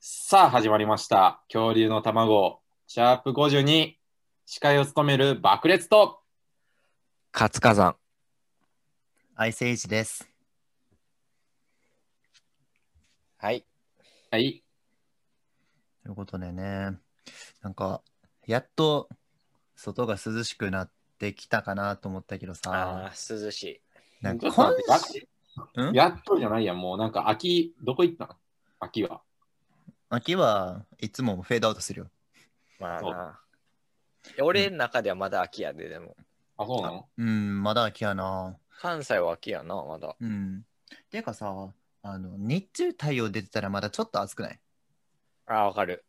さあ始まりました恐竜の卵シャープ52司会を務める爆裂と活火山。アイスエイジです。はい。はいということでね、なんか、やっと外が涼しくなってきたかなと思ったけどあさ、あ、涼しい。なんちょかっと今待ってんやっとじゃないやもうなんか秋どこ行ったの秋は秋はいつもフェードアウトするよ。まあそうな。いや俺の中ではまだ秋やで、でも。あそうなのうん、まだ秋やな。関西は秋やな、まだ。うん。ていうかさ、あの日中太陽出てたらまだちょっと暑くないああ、わかる。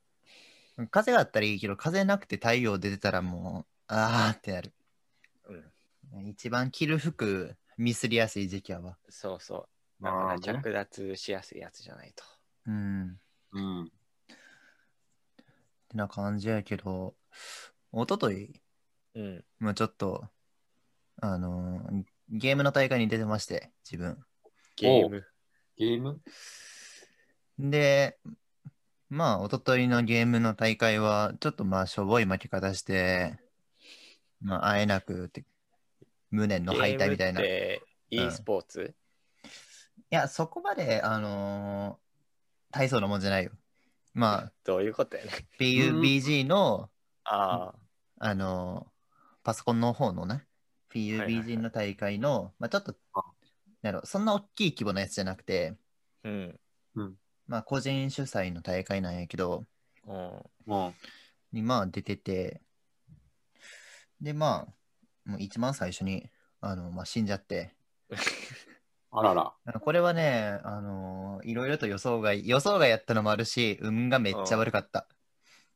風があったらいいけど、風なくて太陽出てたらもう、あーってなる。うん。一番着る服、ミスりやすい時期やわ。そうそう。まだかあらね着脱しやすいやつじゃないと。うん。うんってな感じやけど、おととい、うん。まあちょっと、あのーゲームの大会に出てまして、自分。ゲーム。ゲームで、まあ、おとといのゲームの大会は、ちょっとまあ、しょぼい負け方して、まあ、会えなくて、無念の敗退みたいな。ゲいームって e スポーツ、や、そこまで、あのー大層なもんじゃないよ。まあ、どういうことやね。 PUBG の、ああ、あのーパソコンの方のね、はいはい PUBG の大会の、まあ、ちょっとあ、なんやろそんな大きい規模のやつじゃなくて、うん。まあ、個人主催の大会なんやけど、うん。うんにまあ出てて、で、まあ、もう一番最初に、あの、まあ、死んじゃって、あららあのこれはね、あのいろいろと予想外、予想外やったのもあるし、運がめっちゃ悪かった。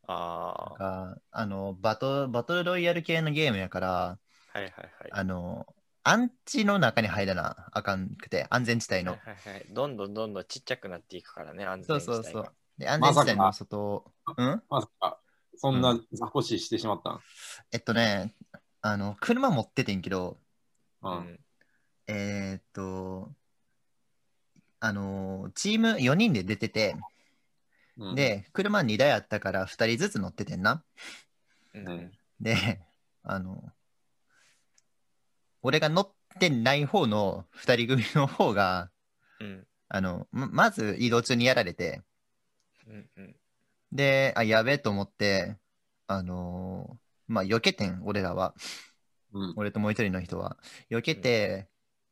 ああ、ああのバト、バトルロイヤル系のゲームやから、はいはいはい。あのアンチの中に入らなあかんくて、安全地帯はのい。はいはい、どんどんどんどんちっちゃくなっていくからね、安そ全う自体そうがそう。で、安全地帯の外を、うんまさかそんな雑魚シしてしまったえっとね、あの、車持っててんけど、のうん、ん。えーっと、あのーチーム4人で出てて、うん、で、車2台あったから2人ずつ乗っててんな。うんうんで、 あの、俺が乗ってない方の2人組の方が、うん。あの、ままず移動中にやられて、うん。うん。で、あ、やべえと思って、あのーまあ、避けてん、俺らは。うん、俺ともう一人の人は。避けて、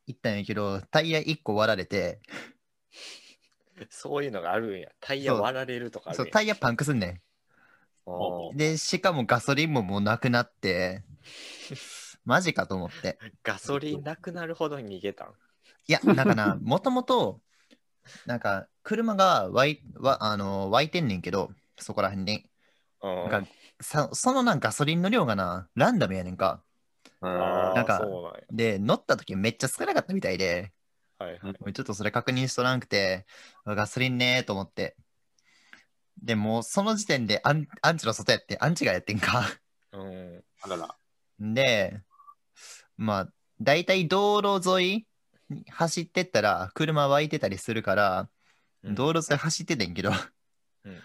行ったんやけど、タイヤ1個割られて、そういうのがあるんや。タイヤそう割られるとかあるそんう、や。タイヤパンクすんねん。おーで、しかもガソリンももうなくなって、マジかと思って。ガソリンなくなるほど逃げたん。いや、だから、もともと、なんか、車が湧いわあの湧いてんねんけど、そこら辺に。うんなんかさそのなんかガソリンの量がな、ランダムやねんか。あーなんかそうなんやで、乗った時めっちゃ少なかったみたいで、はいはい。俺ちょっとそれ確認しとらんくて、あガソリンねーと思って。でも、その時点でアンアンチの外やって、アンチがやってんか。うん。あららで、まあ、大体道路沿いに走ってったら、車湧いてたりするから、うん道路沿い走っててんけど、うんうん。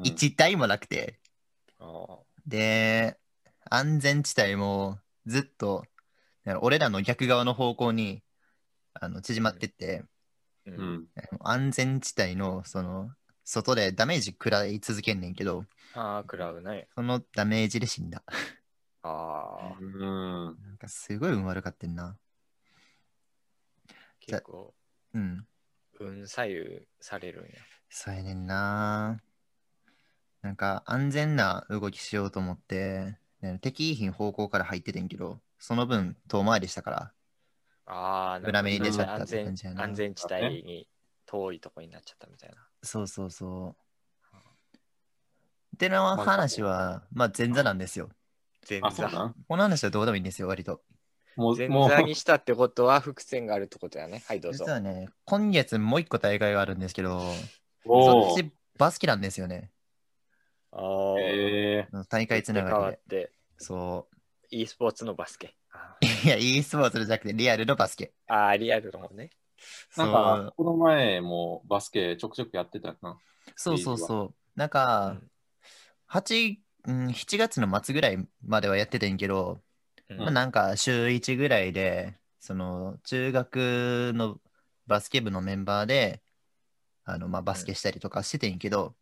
うん一台もなくて、あで、安全地帯もずっと、だから俺らの逆側の方向にあの縮まってって、ーう。うんん安全地帯のその外でダメージ食らい続けんねんけど、ああ、クラウね。そのダメージで死んだ。ああ、うんなんかすごい運悪かってんな。結構、うん。運左右されるんや。そうやねんな。なんか安全な動きしようと思って、ね敵品方向から入っててんけど、その分遠回りしたから、ああ、なんか裏目に出ちゃったって感じやな安全安全地帯に遠いとこになっちゃったみたいな。そうそうそう。ってな話は、まあ前座なんですよ。前あそうなんこの話はどうでもいいんですよ、割と。もう前もう座にしたってことは伏線があるってことやね。はい、どうぞ。実はね、今月もう一個大会があるんですけど、おそっーちバスケなんですよね。ああ、え大会つな変がわりっで。て、そ e スポーツのバスケ。あう。いや、e スポーツじゃなくて、リアルのバスケ。ーあー、リアルのもね。ー、なんかこの前もバスケちょくちょくやってたよなそうそうそう。なんうかん、 8、うん、7月の末ぐらいまではやっててんけど、うんまあ、なんか週1ぐらいで、その中学のバスケ部のメンバーで、あのまあ、バスケしたりとかしててんけど、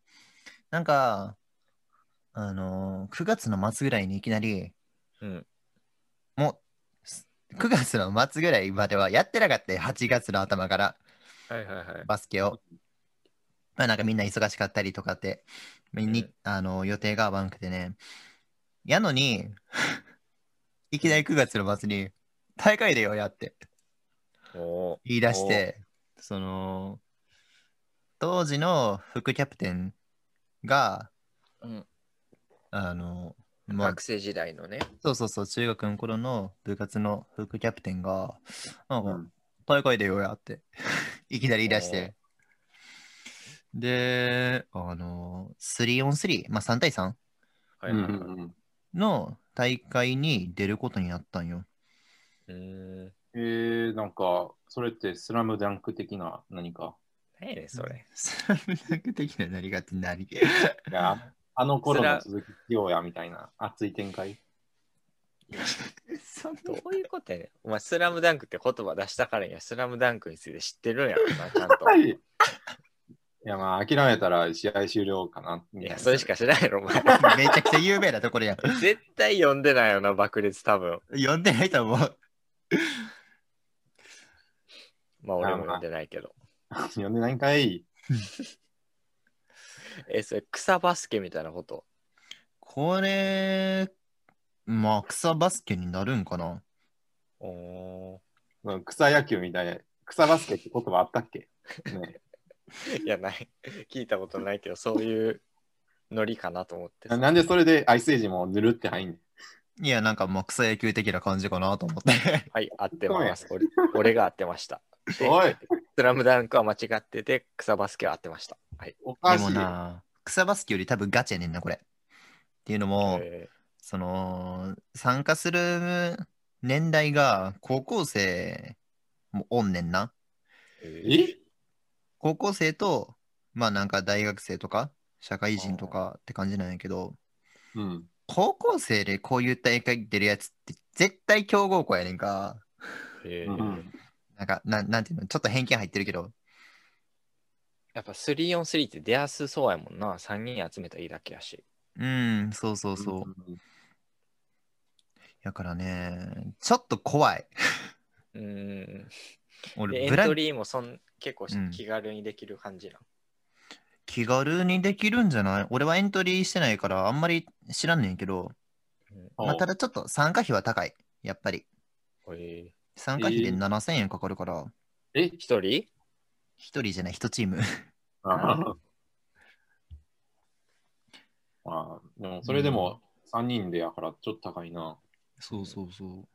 なんか、あの9月の末ぐらいにいきなり、うんもう9月の末ぐらいまではやってなかったよ、8月の頭から。はいはいはい。バスケを。まあなんかみんな忙しかったりとかって、みんうにんあの予定が合わなくてね。やのに、 いきなり9月の末に、大会でよやってお言い出して、その、当時の副キャプテンが、ーうんあの、まあ学、生時代のね。そうそうそう、中学の頃の部活の副キャプテンが、なんうか、ん大会でよやって、いきなり言い出して。で、あの、3on3、まあ3対3はういんはいうはい。んうんの大会に出ることになったんよ。うーん。えー、なんか、それってスラムダンク的な何か。何やねん、それ。。スラムダンク的な何がって何いやあの頃スのラ続きようやみたいな熱い展開。そんどういうことやねん。お前、スラムダンクって言葉出したからには、スラムダンクについて知ってるんやろな、ちゃんと。はい。いや、まあ、諦めたら試合終了かな。みいたいや、なそれしか知らんやろ、お前。めちゃくちゃ有名なところやん。絶対読んでないよな、爆裂多分。呼んでないと思う。まあ、俺も読んでないけど。読んでないんかい。え、それ、草バスケみたいなこと。これ、まあ草バスケになるんかなおうん草野球みたいな。草バスケって言葉あったっけ、 ね、ーいや、ない。聞いたことないけど、そういうノリかなと思ってさ。ななんでそれでアイスエイジもぬるって入んねんいや、なんかまあ草野球的な感じかなと思って。はい、合ってます。俺俺が合ってました。でおいスラムダンクは間違ってて、草バスケは合ってました。はい。おかでしもい。な、草バスケより多分ガチやねんな、これ。っていうのも、えその、参加する年代が高校生もおんねんな。ーえ高校生と、まあなんか大学生とか、社会人とかって感じなんやけど、うん。高校生でこういう大会出るやつって絶対強豪校やねんか。えうーん、なんか、なんなんていうの、ちょっと偏見入ってるけど、やっぱ 3on3 って出やすそうやもんな。3人集めたらいいだけやし。うん、そうそうそう。うんだからね、ちょっと怖い。うーん。で俺、エブンラトンリーもそん結構しうん気軽にできる感じな。気軽にできるんじゃない俺はエントリーしてないからあんまり知らんねんけど、うんまあ、ただちょっと参加費は高い。やっぱり。え参加費でえー7000円かかるから、えー、一人一人じゃない、一チーム。あ あ、でもそれでも3人でやからちょっと高いな。そうそうそう。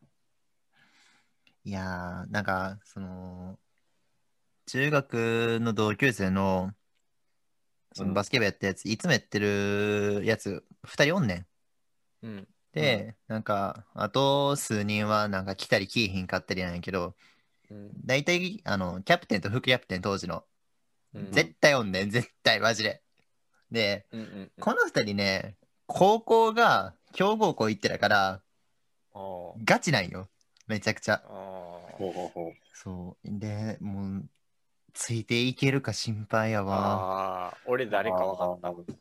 いやー、なんか、その、中学の同級生の、そのバスケ部やったやつ、いつもやってるやつ、二人おんねん。うん。で、なんか、あと数人は、なんか来たり来いひんかったりなんやけど、うん大体、あの、キャプテンと副キャプテン当時の、うん絶対おんねん、絶対、マジで。で、うんうんこの二人ね、高校が強豪校行ってたから、うんガチなんよ。めちゃくちゃあ。ーあーほうほうほう。そう。で、もう、ついていけるか心配やわ。あー俺誰かわかった。った。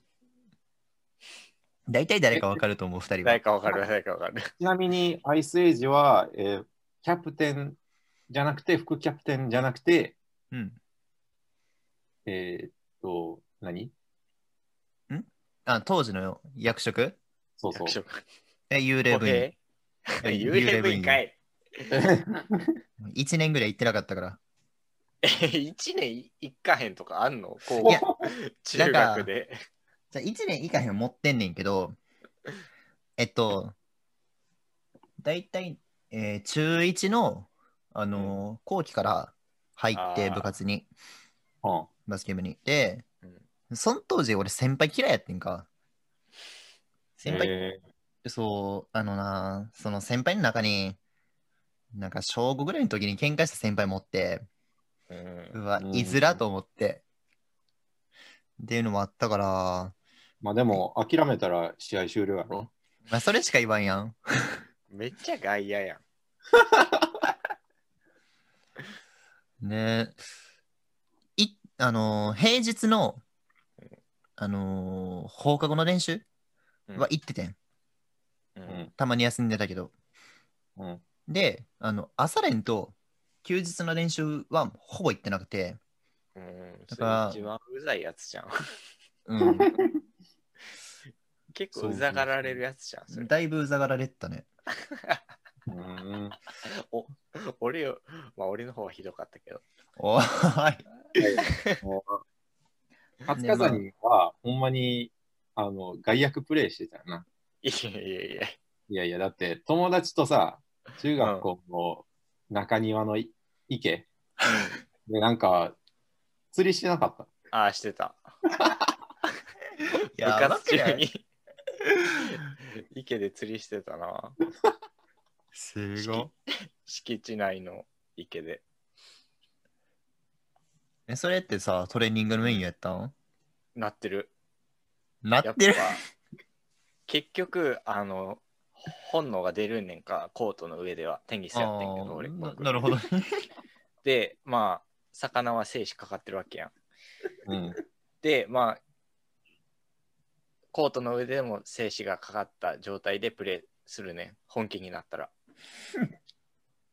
大体誰かわかると思う、二人は誰。かわかる誰かわかる。ちなみにアイスエイジは、えーキャプテンじゃなくて、副キャプテンじゃなくて、うん。えーっと、何あ、当時の役職そうそう。え、幽霊歩部員。兵 幽霊部員かい。 1年ぐらい行ってなかったから。え、1年 いかへんとかあんのこいやう、中学で。じゃあ1年以下には持ってんねんけど、えっと、大体、えー中1の、あのー後期から入って、あー部活に、 うんバスケ部に。で、その当時俺先輩嫌いやってんか。先輩、えそう、あのな、その先輩の中に、なんか小5ぐらいの時に喧嘩した先輩持って、うんうわう、んいずらと思って。っていうのもあったから、まあでも、諦めたら試合終了やろ。まあ、それしか言わんやん。めっちゃ外野やん。ねえ。い、あのー平日の、あのー放課後の練習うんは行っててん。ううんん。たまに休んでたけど。うん。で、あの、朝練と休日の練習はほぼ行ってなくて、うん。だだかからら一番うざいやつじゃん。 うん、結構うざがられるやつじゃん。それだいぶうざがられてたね。 うん。俺よ、まあ俺の方はひどかったけど。おーい。もう活火山は、ほんまに、あの、外役プレイしてたよな。いやいやいや。いやいや、だって、友達とさ、中学校の中庭のい池で、なんか、釣りしてなかった。ああ、してた。い部や活マジ中でに 池で釣りしてたな。すごい。敷地内の池で。え、それってさ、トレーニングのメニューやったんなってる。なやっってるぱ。結局、あの、本能が出るんねんか、コートの上ではテニスやってんけあど、ー俺。な僕なるほど。 で、まあ、魚は生死かかってるわけやん。うん。で、まあ、コートの上でも静止がかかった状態でプレーするね、本気になったら。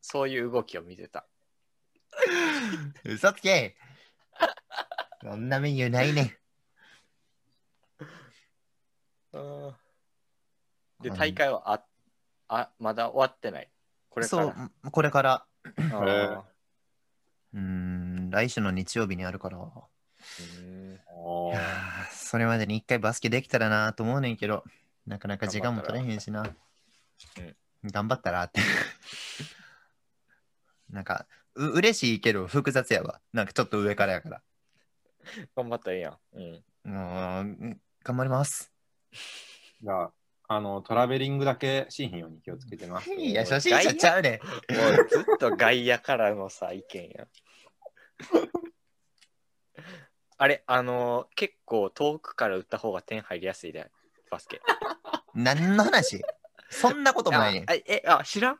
そういう動きを見てた。嘘つけそんなメニューないねん。で、うん大会はああまだ終わってない。これかそら。う、これから。あーうーん、来週の日曜日にあるから。うんおいーやーそれまでに一回バスケできたらなと思うねんけど、なかなか時間も取れへんしな。頑張ったらって。 なんか、う嬉しいけど複雑やわ。なんかちょっと上からやから。頑張ったらいいやん。 うん。うーん、頑張ります。じゃあ、あの、トラベリングだけしんひんように気をつけてな。いや、初心者ちゃうね。もうずっと外野からのさ、意見やん。あれ、あのー結構遠くから打った方が点入りやすいで、バスケ。何の話そんなこともないねんあ。あえ、あ、知らん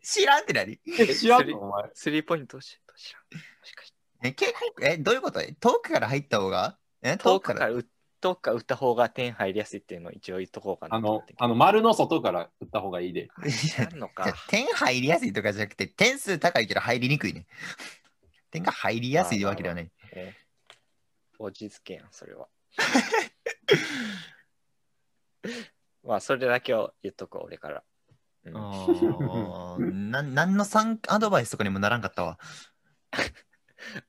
知らんって何知らんのお前。スリーポイントシュート知らん。もしかしてえ、結構、え、どういうこと遠くから入った方がえ、遠くから打遠くから打った方が点入りやすいっていうのを一応言っとこうかなあと思のって。、あの、丸の外から打った方がいいで。あ知らんのじかゃあ。点入りやすいとかじゃなくて、点数高いけど入りにくいね。 点が入りやすいわけではない。え落ち着けやん、それは。 まあ、それだけを言っとこう、俺から。うんあーな何の参アドバイスとかにもならんかったわ。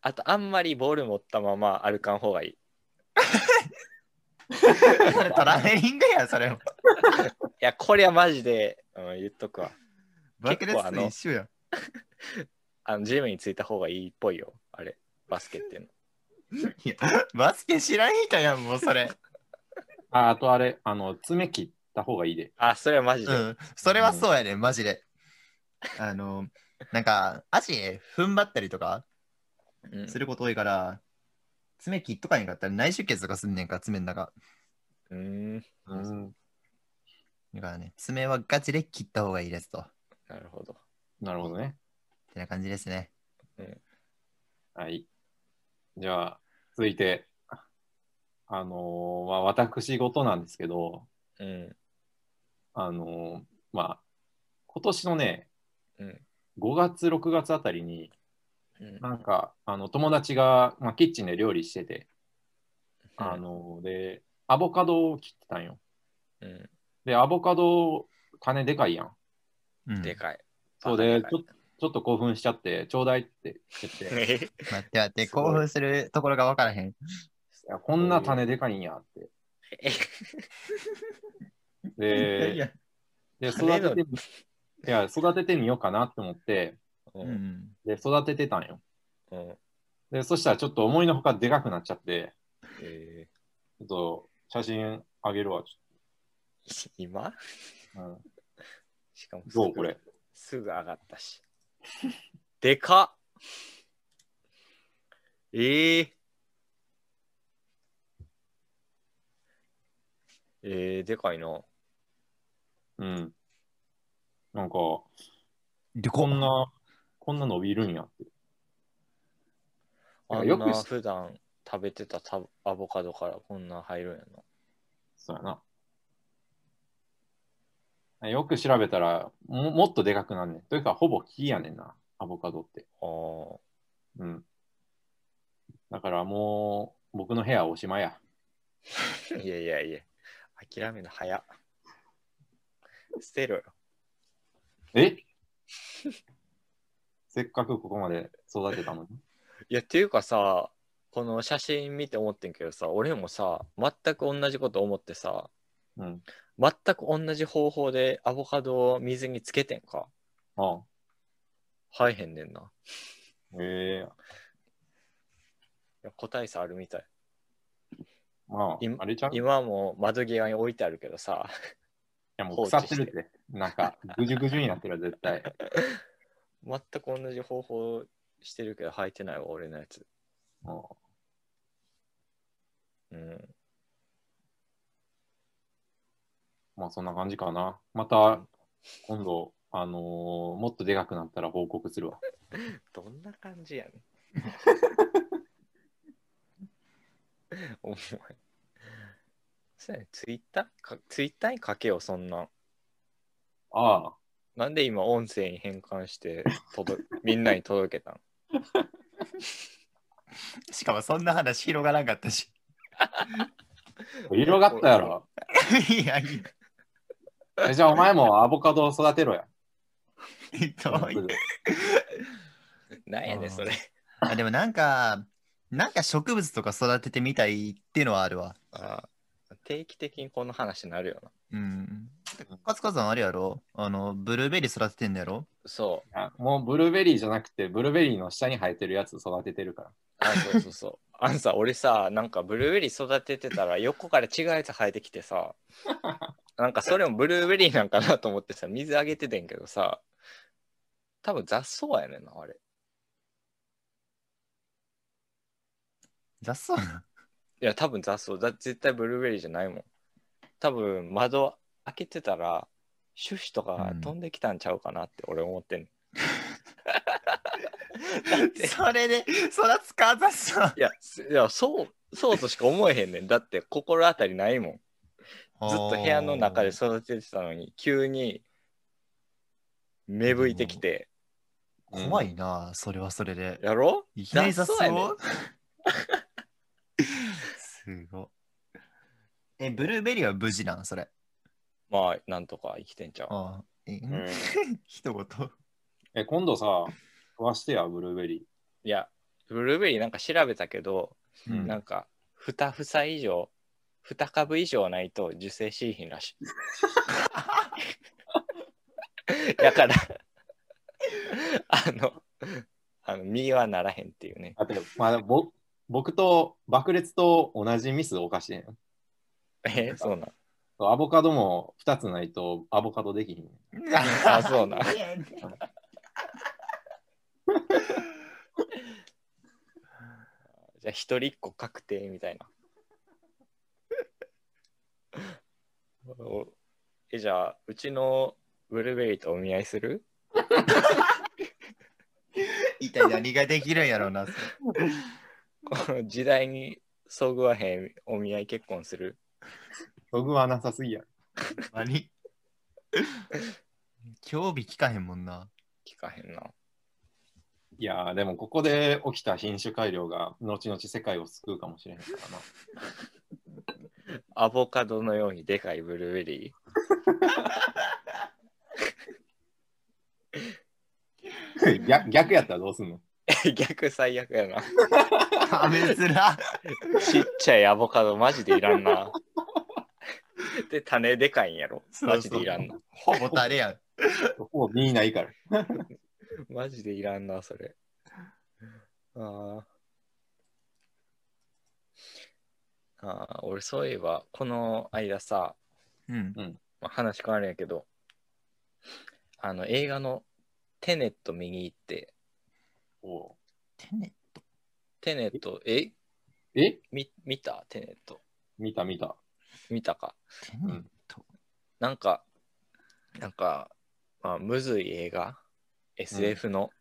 あと、あんまりボール持ったまま歩かん方がいい。いそれトラベリングや、それも。や、これはマジで、うん、言っとくわ。爆結構裂あとの一緒やん。あの、ジムについた方がいいっぽいよ、あれ、バスケっていうの。いやバスケ知らん人やん、もうそれ。あ、あとあれ、あの、爪切った方がいいで。あ、それはマジで。うん、それはそうやね、マジで。あの、なんか、足踏ん張ったりとかうんすること多いから、爪切っとかへんかったら内出血とかすんねんから、爪の中。うーん、うん。だからね、爪はガチで切った方がいいですと。っなるほど。なるほどね。てな感じですね。はい。じゃあ、続いて、あのーまあ、私事なんですけど、うん、あのーまあ、今年のね、うん、 5月、6月あたりに、うん。なんか、あの、友達が、まあ、キッチンで料理してて、あのーで、アボカドを切ってたんよ。うん、で、アボカド、種でかいやん。うんでかい。そうで、ちバカょちょっと興奮しちゃって、ちょうだいって言 って、でかい 待って待って、すごい興奮するところが分からへん。いやこんな種でかいんやって。えで、や。で種の育てていや育ててみようかなって思ってう、うんん。で育ててたんようん。でそしたらちょっと思いのほかでかくなっちゃってえちょっと写真あげるわちー、今ょっと、しかもうん、すぐどうこれすぐ上がったし。 でかっえー、えー、でかいな。うん。なんか、でこんな、こんな伸びるんやって。ああんよなく普段食べてたタアボカドからこんな入るんやな。そうやな。よく調べたらも、もっとでかくなんねん。というか、ほぼ木やねんな、アボカドって。あーうん。だからもう、僕の部屋はおしまいや。いやいやいや、諦めるの早っ。捨てろよ。えせっかくここまで育てたのに。いや、っていうかさ、この写真見て思ってんけどさ、俺もさ、全く同じこと思ってさ、うん。全く同じ方法でアボカドを水につけてんか。あ生えへんねんな。いあええや個体差あるみたい。ま今あ、あれちゃうい今はもう窓際に置いてあるけどさ、やもう腐ってるって。なんか、ぐじゅぐじゅになってるよ、絶対。全く同じ方法してるけど生えてないわ、俺のやつ。もうん。うまあ、そんな感じかな。また、今度、あのーもっとでかくなったら報告するわ。どんな感じやねん。 お前。そうやね、ツイッターかツイッターに書けよ、そんなん。ああ、なんで今、音声に変換して届、 みんなに届けたんしかもそんな話広がらんかったし。 広がったやろ。いやいえじゃあ、お前もアボカドを育てろや。や、どういうなんやねん、あーそれ。あでもなんか、なんか植物とか育ててみたいっていうのはあるわ。あー定期的にこの話になるよな。うん。カツカツさんあれやろあの、ブルーベリー育ててんのやろそう。あもうブルーベリーじゃなくて、ブルーベリーの下に生えてるやつ育ててるから。あ、そうそうそう。 あのさ、俺さ、なんかブルーベリー育ててたら横から違うやつ生えてきて さ、なんかそれもブルーベリーなんかなと思ってさ、水あげててんけどさ、多分雑草やねんな、あれ。雑 草な。いや、多分雑草だ。絶対ブルーベリーじゃないもん。多分窓開けてたら、シュシュとかが飛んできたんちゃうかなって俺思ってんねん、それで育つか雑草。いや、すいや、そう、そうとしか思えへんねん。だって心当たりないもん。ずっと部屋の中で育ててたのに、急に芽吹いてきて、怖いな、それはそれで。やろいきなり雑草雑草やねすごい。え、ブルーベリーは無事なんそれ。まあ、なんとか生きてんちゃう。ああ。え、うん一言。え、今度さ、食わしてや、ブルーベリいや、ブルーベリーなんか調べたけど、うんなんか、2房以上、2株以上ないと受精しい ひんらしい。だから、 あの、あの実はならへんっていうね。ー。だって、まあ、ぼ僕と爆裂と同じミスおかしいねんえそうなん。アボカドも2つないとアボカドできひんねん。あそう なんじゃあ、一人っ子確定みたいな。おえ、じゃあ、うちのブルーベリーとお見合いする 一体何ができるんやろうな。それこの時代にそぐわへんお見合い結婚するログはなさすぎや。何興味聞かへんもんな。聞かへんな。いやー、でもここで起きた品種改良が後々世界を救うかもしれへんからな。アボカドのようにでかいブルーベリ 逆逆やったらどうすんのー 逆最悪やな。食べづら。ちっちゃいアボカドマジでいらんな。 で、種でかいんやろ。そうそうマジでいらんな。ほぼタレやん。もうみんないいから。マジでいらんな、それ。ああ。ああ、俺そういえば、この間さ、うん。まあ、話変わるんやけど、あの映画のテネット見に行って、おうテネテネット、ええみ見たテネット。見た見た。見たか。テネット。なんか、なんか、まあ、むずい映画 ?SF の、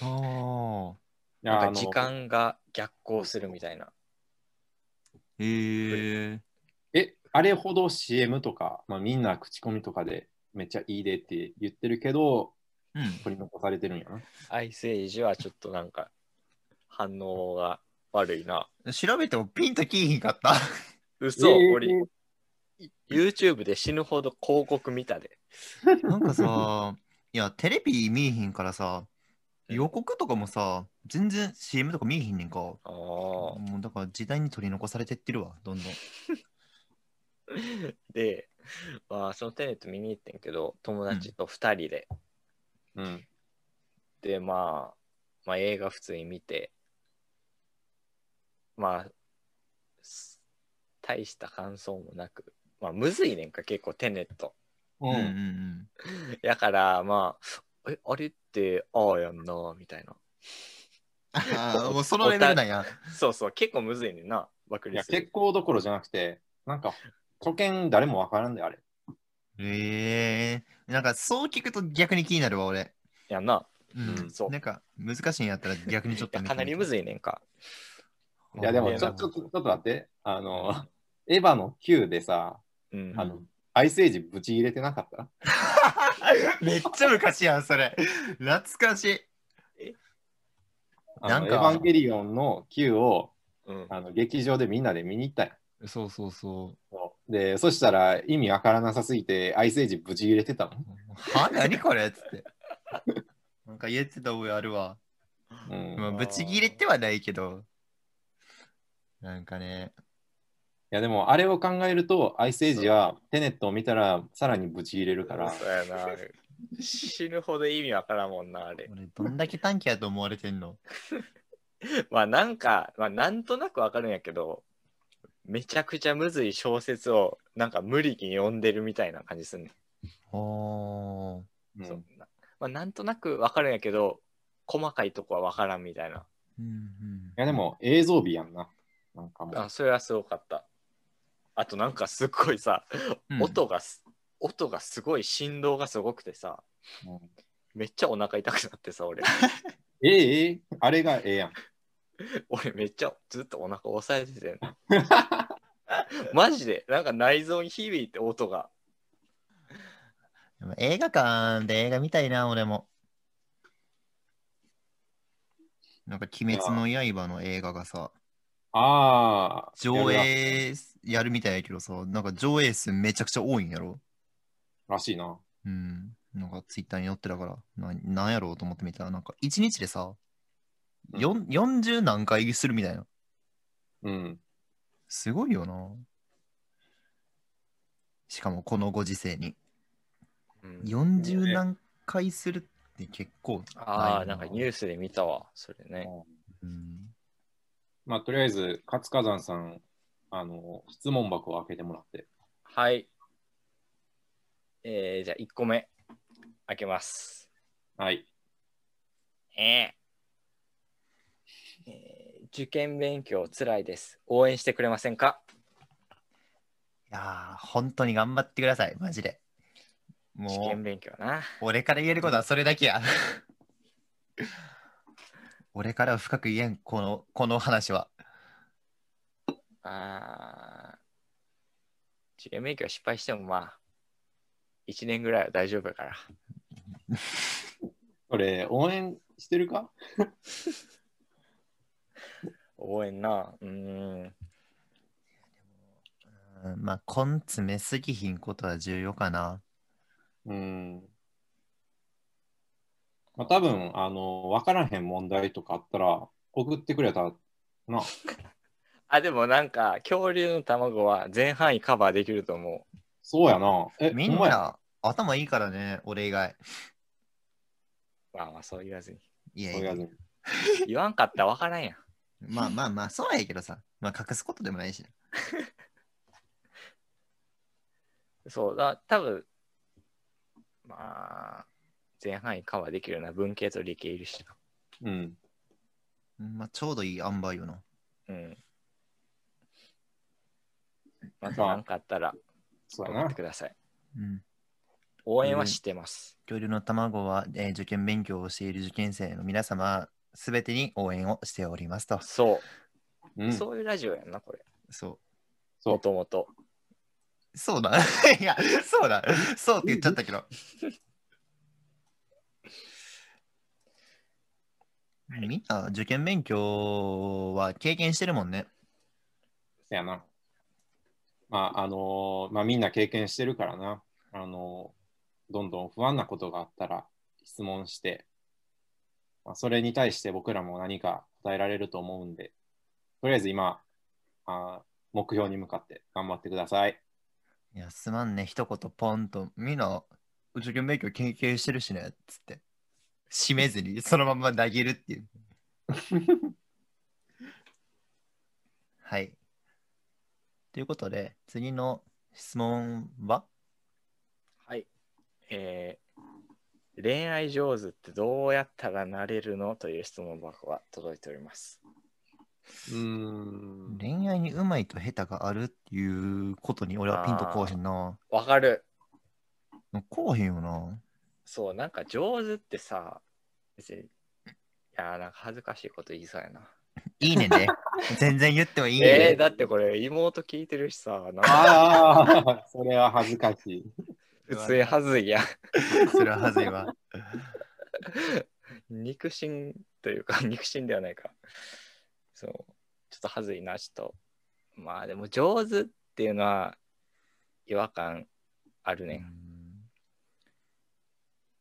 ああ。いやなあのんか時間が逆行するみたいな。へえ。え、あれほど CM とか、まあ、みんな口コミとかでめっちゃいいでって言ってるけど、うん。取り残されてるんやな。アイスエイジはちょっとなんか、反応が悪いな。調べてもピンときいひんかった。嘘、えー俺、YouTube で死ぬほど広告見たで。なんかさ、いや、テレビ見えひんからさ、予告とかもさ、全然 CM とか見えひんねんか。ああ、もうだから時代に取り残されてってるわ、どんどん。で、まあ、そのテネット見に行ってんけど、友達と2人で。うん。で、まあ、まあ、映画普通に見て、まあ、す大した感想もなく、まあ、むずいねんか、結構テネット。ううんうんん。やから、まあ、え、あれって、ああやんな、みたいな。うん。もうそのレベルなんや。そうそう、結構むずいねんな、バクいリや、する結構どころじゃなくて、なんか、初見誰もわからんで、あれ。ええなんかそう聞くと逆に気になるわ、俺。やんな。うんそうなんか難しいんやったら逆にちょっといやかなりむずいねんか。いや、でもいやちょ、ちょっと、ちょっと待って。あの、エヴァの Q でさ、うんあの、アイスエイジぶち入れてなかっためっちゃ昔やん、それ。懐かしい。あのなんかエヴァンゲリオンの Q をうんあの劇場でみんなで見に行ったんやそうそうそで、そしたら意味わからなさすぎて、アイスエイジぶち入れてたの。は何これっつって。なんか言ってた覚えあるわ。うんまあ、あーぶち切れてはないけど。なんかね。いやでもあれを考えるとアイスエイジはテネットを見たらさらにブチ入れるからそうやな。死ぬほど意味わからんもんな、あれ。俺、どんだけ短期やと思われてんのまあなんか、まあなんとなくわかるんやけど、めちゃくちゃむずい小説をなんか無理に読んでるみたいな感じすんねん。 おー。うんそうなまあなんとなくわかるんやけど、細かいとこはわからんみたいな。うんいやでも映像美やんななんかもうあそれはすごかった。あとなんかすっごいさ、うん、音がす音がすごい振動がすごくてさ、うんめっちゃお腹痛くなってさ、俺。ええええあれがええやん俺めっちゃずっとお腹押さえててんマジでなんか内臓に響いて音がでも映画館で映画見たいな、俺も。なんか、鬼滅の刃の映画がさ、ああ上映やるみたいやけどさ、なんか上映数めちゃくちゃ多いんやろ。らしいなうん。なんかツイッターに載ってたから、ななんやろうと思ってみたら、なんか1日でさ、うんよん40何回するみたいな。うんすごいよな。しかもこのご時世に。40何回するって結構ああなんかニュュースで見たわそれねうん、まあとりあえず勝火山さんあの質問箱を開けてもらってはいえー、じゃあ1個目開けますはいえーえー受験勉強つらいです応援してくれませんかいやー、本当に頑張ってください、マジで。受も験う、勉強な俺から言えることはそれだけや。 俺からは深く言えん、この、この話は。あー受験勉強失敗してもまあ1年ぐらいは大丈夫やからこれ応援してるか応援な。うーん。うんまあ、根詰めすぎひんことは重要かな。うんまあ多分あの分からへん問題とかあったら送ってくれたらなあ、でもなんか、恐竜の卵は全範囲カバーできると思う。そうやな。え、みほんまやな頭いいからね、俺以外。まあまあ、そう言わずに。いやそういやや、ね言わんかったらわからんやん。まあまあまあ、そうやけどさ、まあ隠すことでもないし。そうだ、多分まあ、全範囲カバーできるな。文系と理系いるしうな。ん。まあ、ちょうどいい塩梅よな。うん。また何かあったらそうや送っなて。ください。うん。応援はしてます。恐竜の卵は、えー受験勉強をしている受験生の皆様、すべてに応援をしておりますと。そうう。ん、そそういうラジオやんな、これ。そうもともと。う。そうだ。 いや、そうだ。そうって言っちゃったけ ど。みんな受験勉強は経験してるもんね。やな。まあ、あのーまあ、みんな経験してるからな。あのーどんどん不安なことがあったら質問して、まあ、それに対して僕らも何か答えられると思うんで、とりあえず今、あー目標に向かって頑張ってください。いや、すまんね。一言ポンと。みんな受験勉強経験してるしね。つって。締めずにそのまま投げるっ ていう。はい。ということで、次の質問ははい。えー恋愛上手ってどうやったらなれるのという質問箱が届いております。うーん。恋愛にうまいと下手があるっていうことに俺はピンとこうへんな。わかる。こうへんよな。そう、なんか上手ってさ、別に、いやー、なんか恥ずかしいこと言いそうやな。いいね ね。全然言ってもいいね。えー、だってこれ妹聞いてるしさ、なんかあ あ、それは恥ずかしい。普通に恥ずいやん。 それははずいわ。肉親というか、 肉親ではないか。そう、ちょっと恥ずいな、ちょっと。まあでも上手っていうのは違和感あ るね。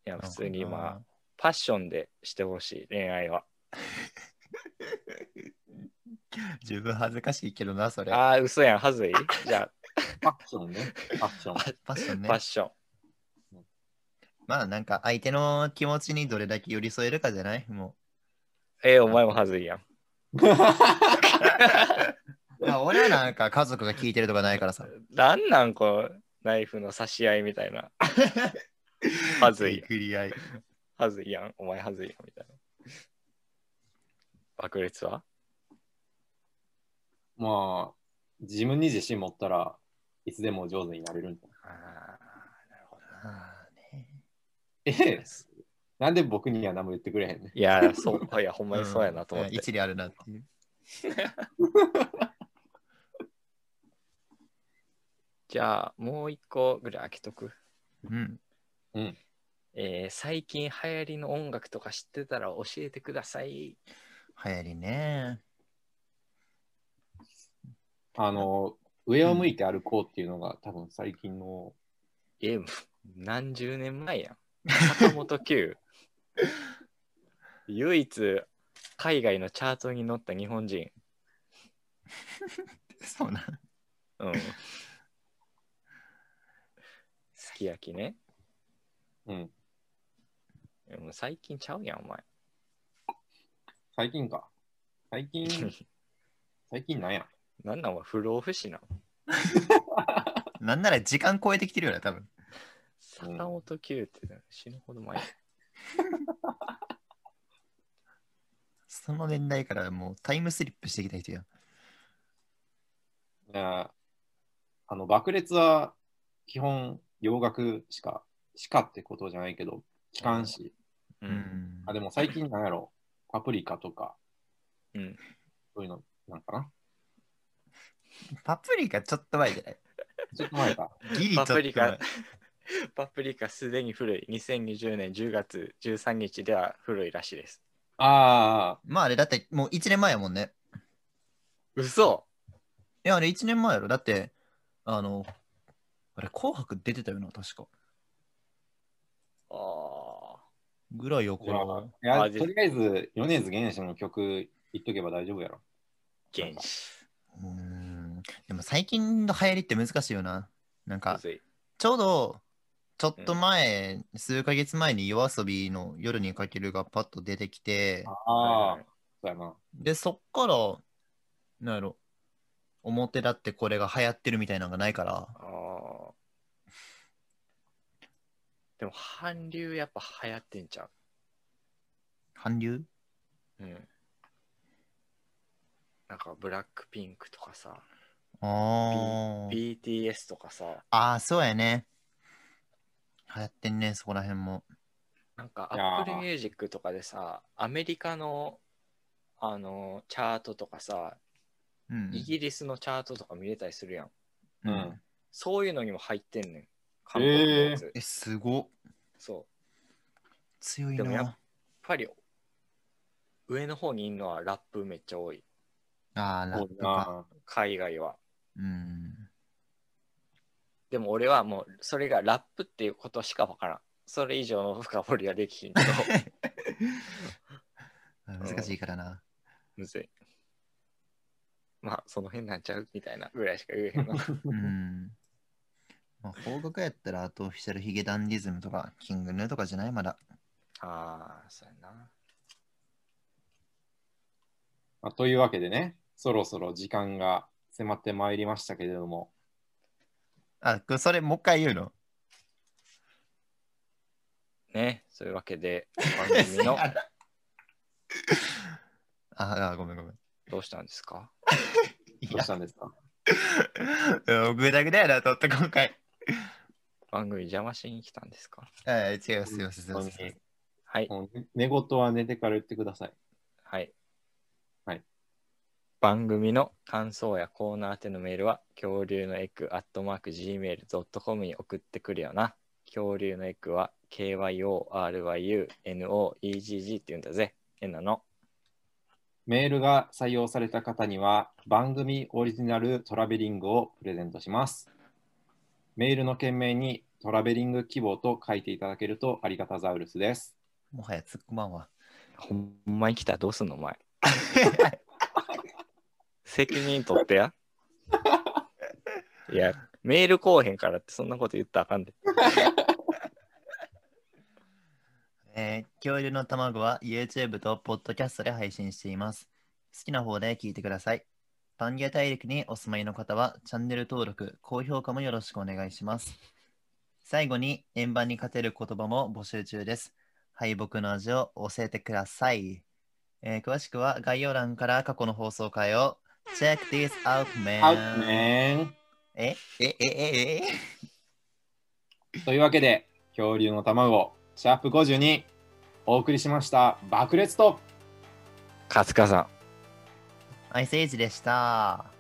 いや、普通にまあ、パッションでしてほしい、恋愛は。十分恥ずかしいけどな、それ。ああ、嘘やん、は ずい。じゃファッションね。ファッション。 パッションあ、ねパッ。ション。まあなんか相手の気持ちにどれだけ寄り添えるかじゃないもえー、お前もはずいやん。 う。まあ俺はなんか家族が聞いてるとかないからさ。なんなん、このナイフの差し合いみたい な。は ずい、クリア い。はずいやん、お前はずいやん、みたいな。爆裂はまあ、自分に自信持ったらいつでも上手になれるんだ。ああ、なるほど。あーねええなんで僕には何も言ってくれへんねいや、そう、いや、ほんまにそうやなと思っうんて。一理あるなっていう。じゃあ、もう一個ぐらい開けとく。うん。えー、最近流行りの音楽とか知ってたら教えてください。流行 りね。あの、上を向いて歩こうっていうのが多分最近の、え、何十年前やん。 坂本九。唯一、海外のチャートに載った日本人。そうな。うん。すき焼きね。うん、えもう最近ちゃうやん、お前。最近か。最 近、最近なんや。 なんなんお前不老不死なん。なんなら時間超えてきてるよね、多分。うん坂本九って死ぬほど前や。その年代からもうタイムスリップしてきた人やん。いやあの、爆裂は基本洋楽しか、しかってことじゃないけど、機関誌。う。うんんあ、でも最近なんやろ、パプリカとか、うんそういうのなんかな。パプリカちょっと前じゃないちょっと 前か。ギリちょパっとプリカ 前。、パプリカすでに古い。2020年10月13日では古いらしいです。ああ、まああれだってもう1年前やもんね。嘘いや、あれ1年前やろ。だって、あの、あれ、紅白出てたよな、確か。ああ。ぐらいよ、こじゃれはあ。いやあじとりあえず、米津玄師の曲言っとけば大丈夫やろ。原始。うーん。でも最近の流行りって難しいよな。なんかむ、ずいちょうど、ちょっと前、数ヶ月前に夜遊びの夜にかけるがパッと出てきて、ああ、そうやな。で、そっから、なんやろ、表だってこれが流行ってるみたいなのがないから、あーでも韓流やっぱ流行ってんじゃん。韓流うん。なんかブラックピンクとかさ、ああー BTS とかさ、あー、そうやね。流行ってんね、そこら辺も。なんかいやー Apple Music とかでさ、アメリカのあのチャートとかさ、うん。イギリスのチャートとか見れたりするやん。ううんん。そういうのにも入ってんねん。韓国のやつ。え、すごっ。そう。やっ強いでもやっな。ぱり上の方にいるのはラップめっちゃ多い。あー、ラッ多プいか。な。海外は。うん。でも俺はもうそれがラップっていうことしかわからん。それ以上の深掘りはできひんけど。難しいからな。 むずい。まあその辺なんちゃうみたいなぐらいしか言えへ んな。 うん。まあ、方角やったら、アートオフィシャルヒゲダンディズムとか、キングヌーとかじゃないまだ。ああ、そうやな。まあ、というわけでね、そろそろ時間が迫ってまいりましたけれども、あ、これそれもう一回言うのね、そういうわけで番 組 のああ、ごめんごめん。どうしたんですかいどうやし、たんですかうんグダグダやなと思って今回。番組邪魔しに来たんですかえ違います、すいません、すいま本せん。はい。当にもう寝言は寝てから言ってください。はい。はい。番組の感想やコーナー宛てのメールは、恐竜のエッグアットマーク Gmail.com に送ってくるよな。恐竜のエッグは KYORYUNOEGG って言うんだぜ。えなの。メールが採用された方には番組オリジナルトラベリングをプレゼントします。メールの件名にトラベリング希望と書いていただけるとありがたザウルスです。もはや突っ込まんわ。ほんまに来たらどうすんのお前。 責任取って や。いや、メールこうへんからってそんなこと言ったらあかんで。えー恐竜の卵は YouTube と Podcast で配信しています。好きな方で聞いてください。パンゲア大陸にお住まいの方はチャンネル登録、高評価もよろしくお願いします。最後に円盤に勝てる言葉も募集中です。敗北の味を教えてください。えー詳しくは概要欄から過去の放送回を Check this out, ア man! ウトねええええええーというわけで恐竜の卵シャープ52お送りしました爆裂とカツカさん。アイスエイジでした。